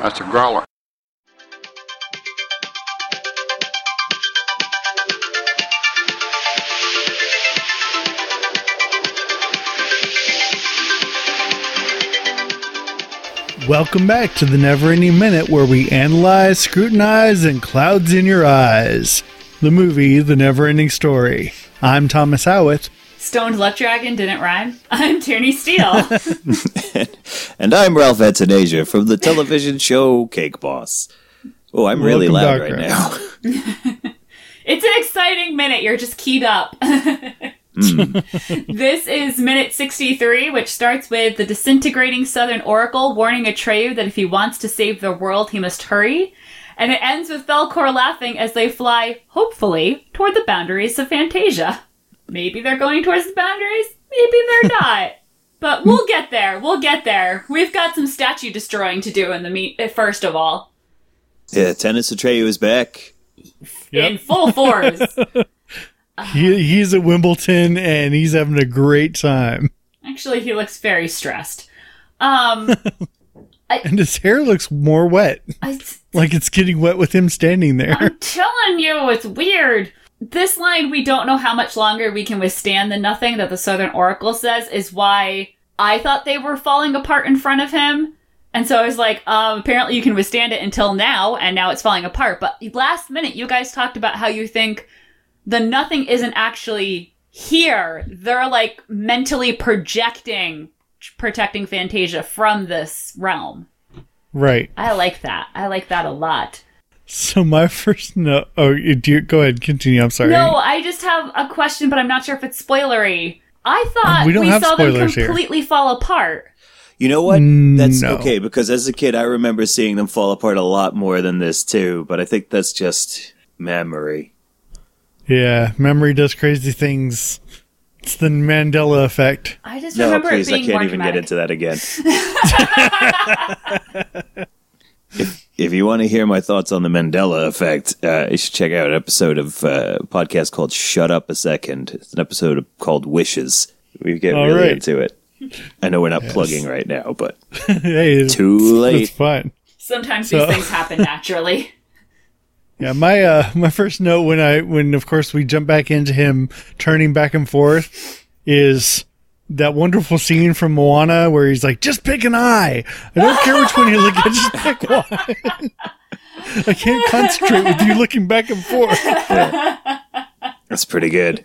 That's a growler. Welcome back to the Never Ending Minute, where we analyze, scrutinize, and clouds in your eyes. The movie, The Never Ending Story. I'm Thomas Howitt. Stoned Left Dragon didn't rhyme. I'm Tierney Steele. And I'm Ralph Atanasia from the television show Cake Boss. Oh, I'm really Welcome loud back, right now. Ralph. it's an exciting minute. You're just keyed up. this is minute 63, which starts with the disintegrating Southern Oracle warning Atreyu that if he wants to save the world, he must hurry. And it ends with Belcor laughing as they fly, hopefully, toward the boundaries of Fantasia. Maybe they're going towards the boundaries, maybe they're not. But we'll get there. We'll get there. We've got some statue destroying to do in the meet first of all. yeah, Tennis Atreyu is back. In full force. He, he's at Wimbledon and he's having a great time. Actually, he looks very stressed. Um, And his hair looks more wet, I, like it's getting wet with him standing there. am telling you, it's weird. This line, we don't know how much longer we can withstand the nothing that the Southern Oracle says, is why I thought they were falling apart in front of him. And so I was like, um, apparently you can withstand it until now, and now it's falling apart. But last minute, you guys talked about how you think the nothing isn't actually here. They're like mentally projecting, protecting Fantasia from this realm. Right. I like that. I like that a lot. So my first no. Oh, you- do you, go ahead. Continue. I'm sorry. No, I just have a question, but I'm not sure if it's spoilery. I thought We we, don't have saw them spoilers here. completely fall apart. You know what? Mm, That's no. okay because as a kid, I remember seeing them fall apart a lot more than this too. But I think that's just memory. Yeah, memory does crazy things. It's the Mandela effect. I just No, remember please, it I being can't more even get dramatic. into that again. if, if you want to hear my thoughts on the Mandela effect, uh, you should check out an episode of uh, a podcast called "Shut Up a Second. It's an episode called "Wishes." We get All really right. into it. I know we're not plugging right now, but hey, it's- Too late. It's fine. Sometimes So- these things happen naturally. Yeah, my uh, my first note when I when of course we jump back into him turning back and forth is that wonderful scene from Moana where he's like, "Just pick an eye. I don't care which one you look at. Just pick one. I can't concentrate with you looking back and forth." that's pretty good.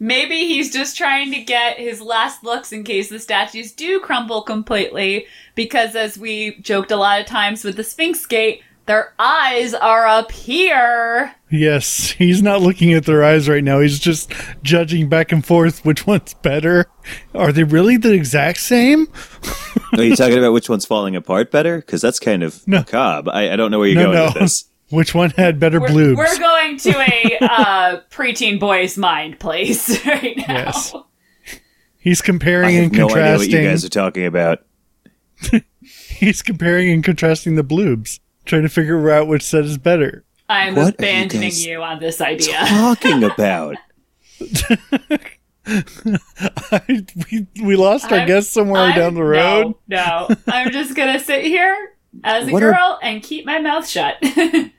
Maybe he's just trying to get his last looks in case the statues do crumble completely, because as we joked a lot of times with the Sphinx Gate, their eyes are up here. Yes, he's not looking at their eyes right now. He's just judging back and forth which one's better. Are they really the exact same? Are you talking about which one's falling apart better? Because that's kind of macabre. I, I don't know where you're No, going no. with this. Which one had better We're, bloobs? we're going to a uh, preteen boy's mind place right now. Yes. He's I comparing have and no idea what contrasting. you guys are talking about. He's comparing and contrasting the bloobs, trying to figure out which set is better. I'm What are you abandoning guys- you, on this idea. Talking about. we, we lost our I'm- guest somewhere I'm- down the road. No, no. I'm just gonna sit here as a What are- girl and keep my mouth shut.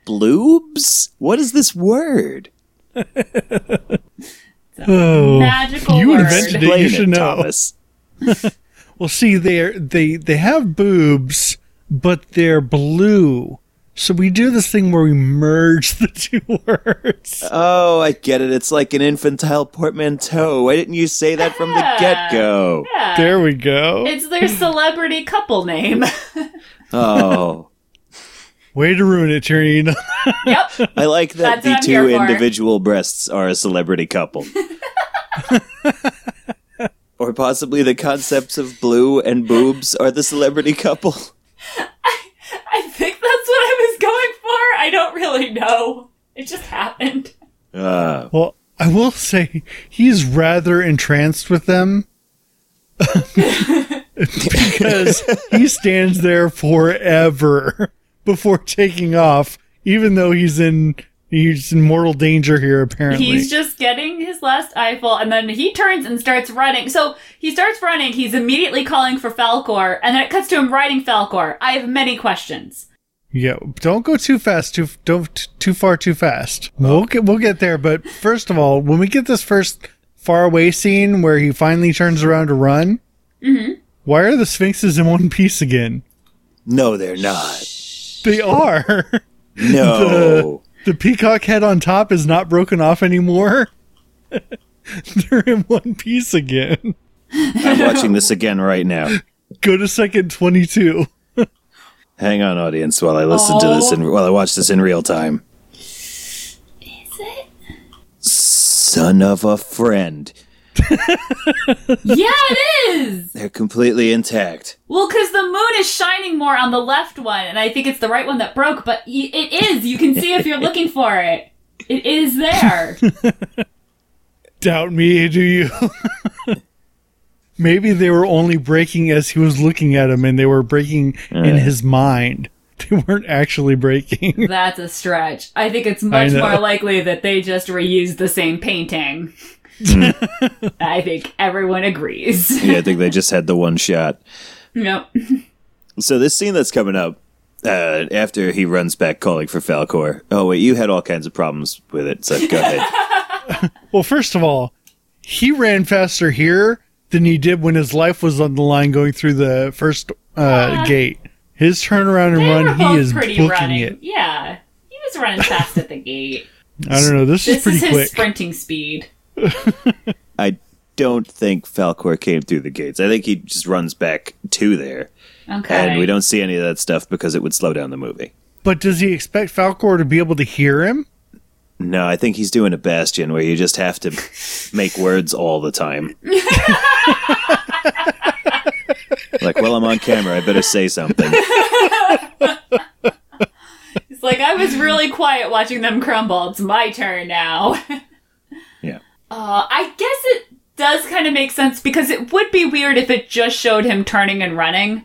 bloobs? What is this word? Oh. Magical You word. invented it. you should know. Thomas. Well, see, they're, they they have boobs, but they're blue. So we do this thing where we merge the two words. Oh, I get it. It's like an infantile portmanteau. Why didn't you say that from the Yeah. get go? Yeah. there we go. It's their celebrity couple name. Oh, Way to ruin it, Tierney. yep. I like that That's what I'm the two here for. individual breasts are a celebrity couple. or possibly the concepts of blue and boobs are the celebrity couple. I think that's what I was going for. I don't really know. It just happened. Uh, Well, I will say he's rather entranced with them because he stands there forever before taking off, even though he's in He's in mortal danger here, apparently. He's just getting his last eyeful, and then he turns and starts running. So he starts running. He's immediately calling for Falcor, and then it cuts to him riding Falcor. I have many questions. yeah, don't go too fast. Too don't too far too fast. We'll get we'll get there. But first of all, when we get this first far away scene where he finally turns around to run, Mm-hmm. why are the sphinxes in one piece again? No, they're not. They are. No. the peacock head on top is not broken off anymore. They're in one piece again. I'm watching this again right now. Go to second twenty-two. Hang on, audience, while I listen to this and while I watch this in real time. Is it? Son of a friend. yeah, it is. They're completely intact. Well, because the moon is shining more on the left one, and I think it's the right one that broke, but y- it is. You can see if you're looking for it. It is there. Doubt me, do you? Maybe they were only breaking as he was looking at him, and they were breaking in his mind. They weren't actually breaking. That's a stretch. I think it's much know. more likely that they just reused the same painting. I think everyone agrees. Yeah, I think they just had the one shot. Nope. So this scene that's coming up uh, after he runs back calling for Falcor. Oh wait, you had all kinds of problems with it, so go ahead. Well, first of all, he ran faster here than he did when his life was on the line going through the first uh, gate. His turnaround and Ah. They were run, he both is pretty booking running. it. Yeah. He was running fast at the gate. I don't know. This is This pretty is his quick. sprinting speed. I don't think Falcor came through the gates. I think he just runs back to there, Okay. and we don't see any of that stuff because it would slow down the movie. But does he expect Falcor to be able to hear him? No, I think he's doing a Bastion where you just have to make words all the time. like, well, I'm on camera. I better say something. It's like I was really quiet watching them crumble. It's my turn now. uh, Yeah. I guess it does kind of make sense because it would be weird if it just showed him turning and running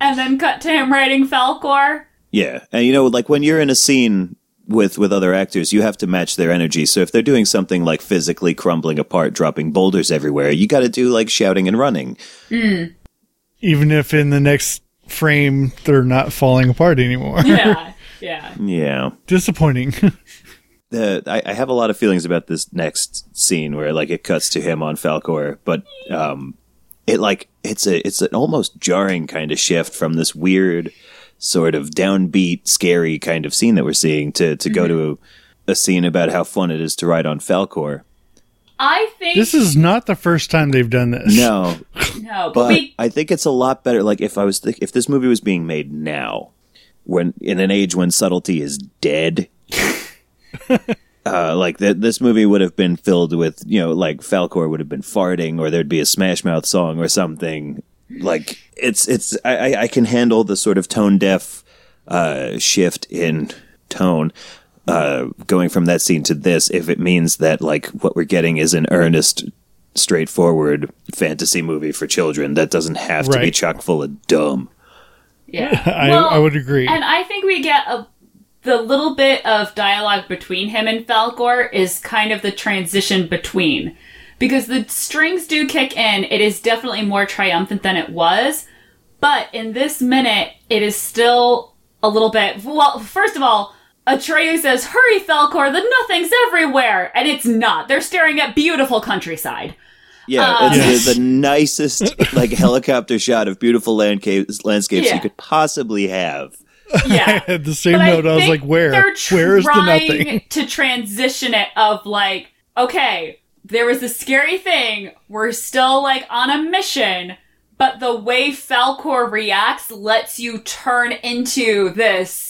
and then cut to him riding Falcor. Yeah, and you know, like when you're in a scene with with other actors, you have to match their energy. So if they're doing something like physically crumbling apart, dropping boulders everywhere, you got to do like shouting and running. Even if in the next frame they're not falling apart anymore. Yeah. yeah. Yeah. Disappointing. The, I, I have a lot of feelings about this next scene where like it cuts to him on Falcor, but um, it like it's a it's an almost jarring kind of shift from this weird sort of downbeat, scary kind of scene that we're seeing to to go to a, a scene about how fun it is to ride on Falcor. I think this is not the first time they've done this. No, no, but, but we I think it's a lot better. Like if I was th- if this movie was being made now, when in an age when subtlety is dead, uh, like th- this movie would have been filled with you know like Falcor would have been farting, or there'd be a Smash Mouth song or something. Like it's it's I, I- I can handle the sort of tone deaf uh, shift in tone. Uh, going from that scene to this, if it means that like what we're getting is an earnest straightforward fantasy movie for children that doesn't have to be Right. chock full of dumb. yeah. I, Well, I would agree. And I think we get a the little bit of dialogue between him and Falcor is kind of the transition between. Because the strings do kick in, it is definitely more triumphant than it was. But in this minute, it is still a little bit. Well, first of all, Atreyu says, Hurry, Falcor, the nothing's everywhere! And it's not. They're staring at beautiful countryside. Yeah, it's the, the nicest like helicopter shot of beautiful landca- landscapes Yeah. you could possibly have. Yeah. At the same But note, I, was think like, where? They're Where is the trying nothing? To transition it of like, okay, there was this scary thing. We're still like on a mission, but the way Falcor reacts lets you turn into this.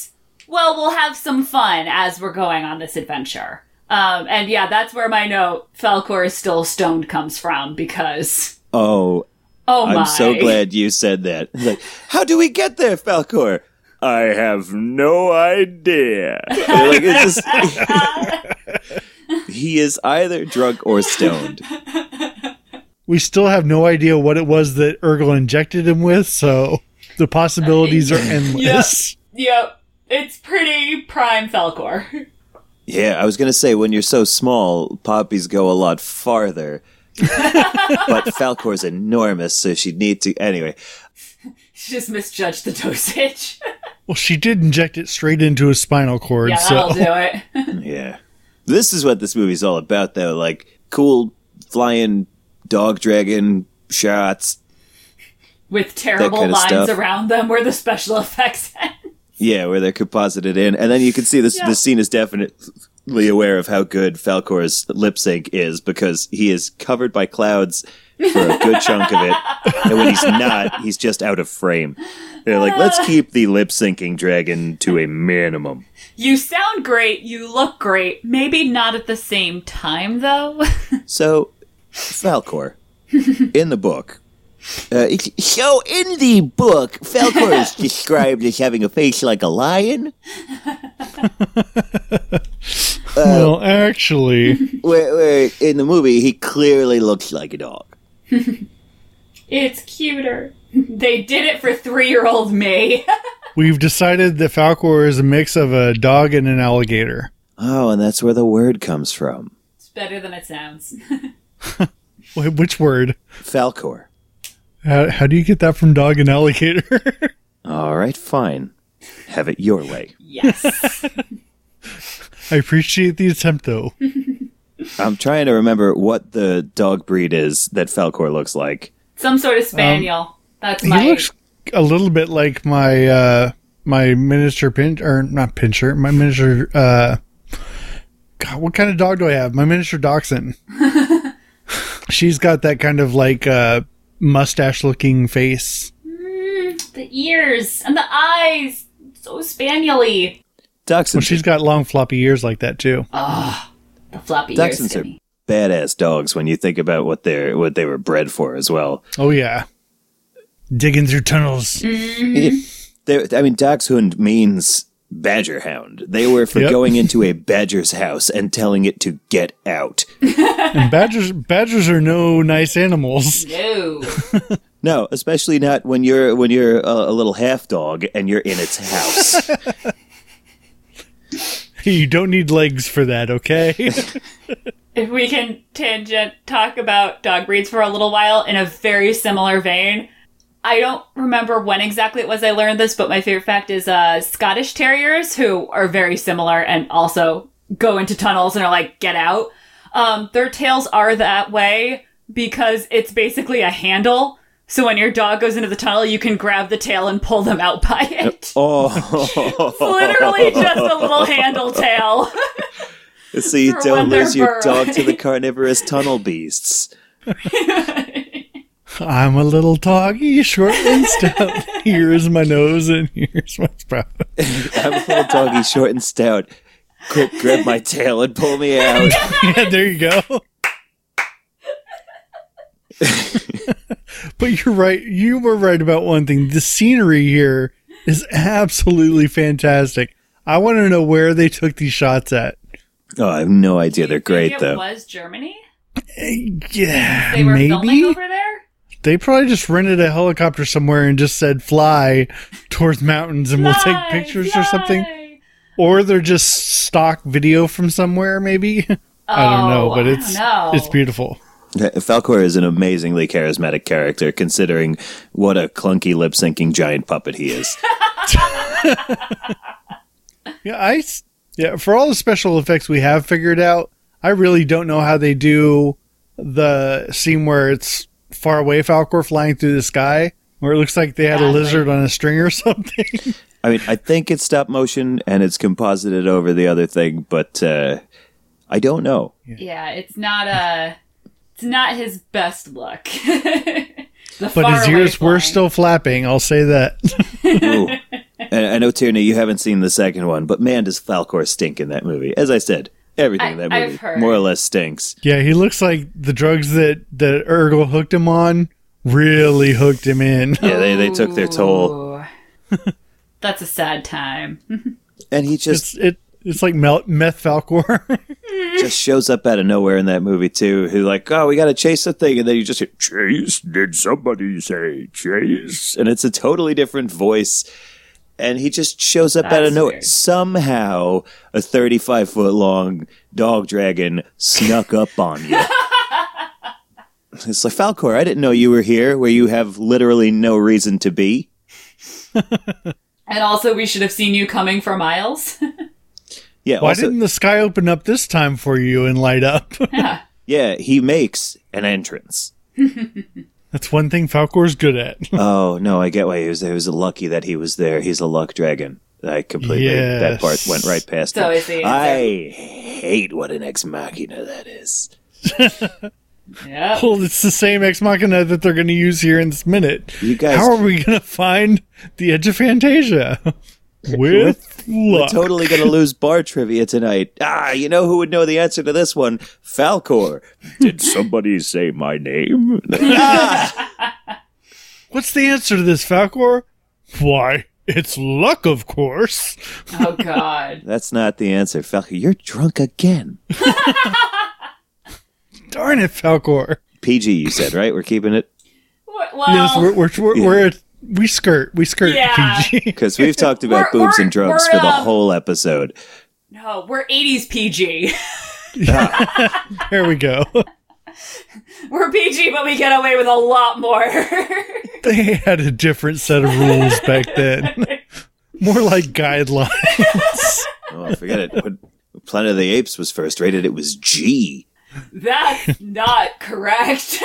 Well, we'll have some fun as we're going on this adventure. Um, and yeah, that's where my note Falcor is still stoned comes from because Oh, oh my, I'm so glad you said that. It's Like, how do we get there, Falcor? I have no idea. like, it's just, he is either drunk or stoned. We still have no idea what it was that Urgel injected him with, so the possibilities are endless. Yep, it's pretty prime Falcor. Yeah, I was gonna say when you're so small, poppies go a lot farther. but Falcor's enormous, so she'd need to anyway. She just misjudged the dosage. Well, she did inject it straight into his spinal cord, yeah, so that'll do it. Yeah. This is what this movie's all about though, like cool flying dog dragon shots. With terrible kinda lines stuff. around them where the special effects end. Yeah, where they're composited in. And then you can see this Yeah. the scene is definitely aware of how good Falcor's lip sync is because he is covered by clouds for a good chunk of it. And when he's not, he's just out of frame. They're like, let's keep the lip syncing dragon to a minimum. You sound great, you look great. Maybe not at the same time, though. So, Falcor, in the book. Uh, it- so, in the book, Falcor is described as having a face like a lion. well, actually, Where, where in the movie, he clearly looks like a dog. it's cuter. They did it for three year old me. we've decided that Falcor is a mix of a dog and an alligator. Oh, and that's where the word comes from. it's better than it sounds. Wh- Which word? Falcor. How, how do you get that from dog and alligator? All right, fine. Have it your way. Yes. I appreciate the attempt, though. I'm trying to remember what the dog breed is that Falcor looks like. Some sort of spaniel. That's He my. looks a little bit like my uh, my miniature pinch or not pincher, my miniature. Uh, God, what kind of dog do I have? My miniature dachshund. She's got that kind of like uh, mustache looking face. the ears and the eyes. So spaniely. Dachshunds, Well, she's got long floppy ears like that too. The floppy ears. dachshunds to are me. badass dogs when you think about what they're what they were bred for as well. Oh yeah, digging through tunnels. They're, I mean, dachshund means badger hound. They were for Yep. going into a badger's house and telling it to get out. And badgers badgers are no nice animals. No. No, especially not when you're when you're a, a little half dog and you're in its house. You don't need legs for that, okay? if we can tangent talk about dog breeds for a little while in a very similar vein. I don't remember when exactly it was I learned this, but my favorite fact is uh, Scottish Terriers, who are very similar and also go into tunnels and are like, get out. Um, their tails are that way because it's basically a handle. So when your dog goes into the tunnel, you can grab the tail and pull them out by it. oh, Literally just a little handle tail. so you For when don't they're lose your burrowing. dog to the carnivorous tunnel beasts. I'm a little doggy, short and stout. here's my nose and here's my sprout. I'm a little doggy, short and stout. Quick, grab my tail and pull me out. yeah, there you go. but you're right. You were right about one thing. The scenery here is absolutely fantastic. I want to know where they took these shots at. Oh, I have no idea. They're it great though. was Germany. Yeah, They were filming maybe over there. they probably just rented a helicopter somewhere and just said "fly" towards mountains, and we'll take Nice, pictures or something. yay. or they're just stock video from somewhere maybe i don't know Oh, but I it's don't know. it's beautiful Falcor is an amazingly charismatic character, considering what a clunky lip syncing giant puppet he is. yeah i s- yeah for all the special effects we have figured out i really don't know how they do the scene where it's far away falcor flying through the sky where it looks like they had Yeah, a like- lizard on a string or something I mean, I think it's stop motion and it's composited over the other thing, but uh, I don't know. Yeah, it's not a. It's not his best look. but his ears were still flapping i'll say that Ooh. and I know Tierney, you haven't seen the second one, but man, does Falcor stink in that movie? As I said, everything in I- that I've movie heard. more or less stinks. yeah he looks like the drugs that that ergel hooked him on really hooked him in Yeah, they, they took their toll, That's a sad time. and he it's just it it's like mel- meth falcor just shows up out of nowhere in that movie too. Who like, oh, we got to chase the thing, and then you just hear chase. Did somebody say chase? And it's a totally different voice. and he just shows up out That's of nowhere. weird. Somehow, a 35 foot long dog dragon snuck up on you. It's like Falcor. I didn't know you were here, where you have literally no reason to be. And also, we should have seen you coming for miles. Yeah. Why also, didn't the sky open up this time for you and light up? yeah. yeah, he makes an entrance. That's one thing Falcor's good at. oh no, I get why he was. It was lucky that he was there. He's a luck dragon. I completely that part Yes. went right past. So me. is the answer. I hate what an ex machina that is. Yep. well, it's the same ex machina that they're going to use here in this minute. You guys- how are we going to find the edge of Fantasia? With luck, Totally gonna lose bar trivia tonight. Ah, you know who would know the answer to this one? Falcor. Did somebody say my name? what's the answer to this, Falcor? Why, it's luck, of course. Oh, God. That's not the answer, Falcor. You're drunk again. Darn it, Falcor. PG, you said right? We're keeping it Well, yes, we're we're we're, yeah. we're we skirt we skirt Oh. Yeah. PG. because we've talked about We're- boobs and we're- drugs we're, for the um, whole episode. no, we're 80s PG. Ah, there we go. We're PG, but we get away with a lot more. They had a different set of rules back then, more like guidelines. Oh, forget it. When Planet of the Apes was first rated, it was G. That's not correct.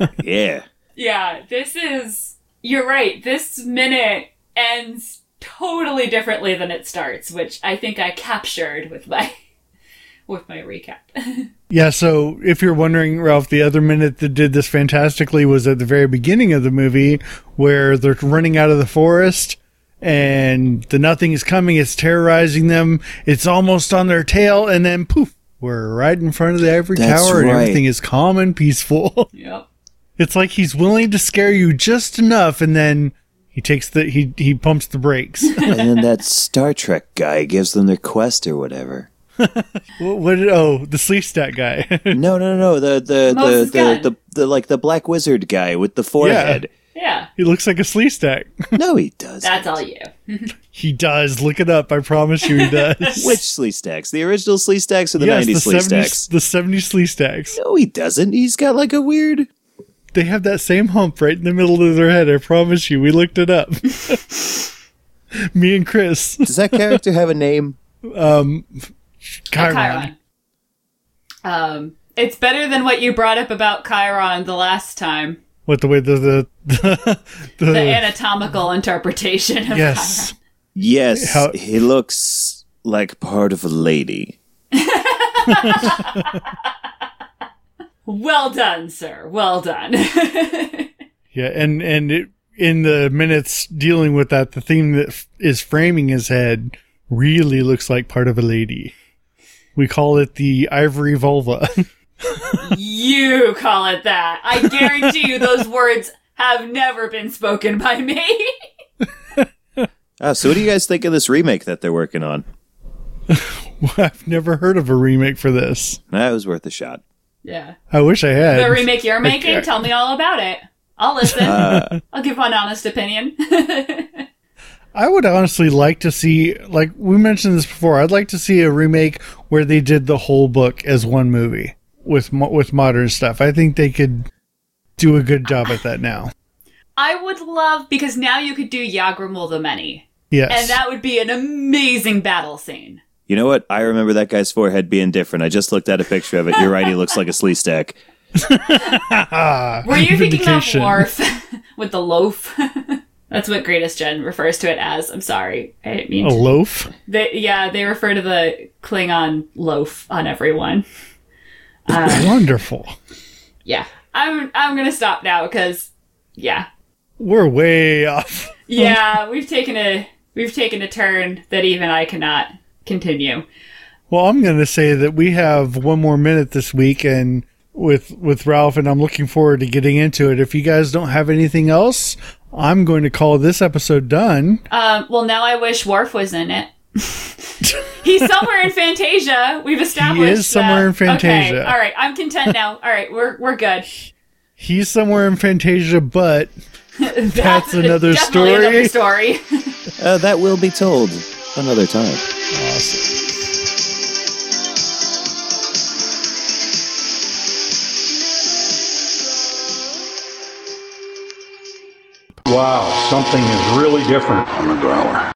Yeah. yeah, this is. You're right. This minute ends totally differently than it starts, which I think I captured with my with my recap. Yeah, so if you're wondering, Ralph, the other minute that did this fantastically was at the very beginning of the movie where they're running out of the forest and the nothing is coming, it's terrorizing them, it's almost on their tail, and then poof, we're right in front of the ivory That's tower and right. everything is calm and peaceful. Yep. it's like he's willing to scare you just enough and then he takes the he he pumps the brakes. And then that Star Trek guy gives them their quest or whatever. what, what did- oh, the sleep stat guy. No, no, no. The the the Moses the, Gunn. the, the like the black wizard guy with the forehead. Yeah. he looks like a sleep stack. No, he does. That's all you. He does. Look it up. I promise you he does. Which Sleestacks? The original Sleestacks or the 90s Sleestacks? the 70 slee stacks. No, he doesn't. He's got like a weird. They have that same hump right in the middle of their head. I promise you. We looked it up. Me and Chris. Does that character have a name? Chiron. Chiron. Um, it's better than what you brought up about Chiron the last time. What the way the the the, the, The anatomical interpretation of yes. Yes, How- he looks like part of a lady. Chiron. Well done, sir. Well done. Yeah, and and it, in the minutes dealing with that, the thing that f- is framing his head really looks like part of a lady. We call it the ivory vulva. you call it that. I guarantee you those words have never been spoken by me. Oh, so what do you guys think of this remake that they're working on? I've never heard of a remake for this. That was worth a shot. yeah. I wish I had. The remake you're making, tell me all about it. I'll listen. Uh, I'll give an honest opinion. I would honestly like to see, like we mentioned this before, I'd like to see a remake where they did the whole book as one movie with mo- with modern stuff. I think they could do a good job at that now. I would love because now you could do Yagramul the Many. Yes, And that would be an amazing battle scene. you know what? I remember that guy's forehead being different. I just looked at a picture of it. You're right. He looks like a Sleestack. Were you thinking of Ah, Vindication. Worf with the loaf? That's what Greatest Gen refers to it as. I'm sorry. I didn't mean a to. loaf. They, yeah, they refer to the Klingon loaf on everyone. Wonderful. Yeah. I'm I'm going to stop now cuz yeah. We're way off. Yeah, we've taken a we've taken a turn that even I cannot continue. Well, I'm going to say that we have one more minute this week, and with with Ralph, and I'm looking forward to getting into it. If you guys don't have anything else, I'm going to call this episode done. Um, well, now I wish Worf was in it. He's somewhere in Fantasia. We've established is somewhere that. in Okay, Fantasia. all right, I'm content now. All right, we're we're good. He's somewhere in Fantasia, but That's, another definitely Another story. Uh, that will be told another time. Awesome. Wow, something is really different. on am a growler.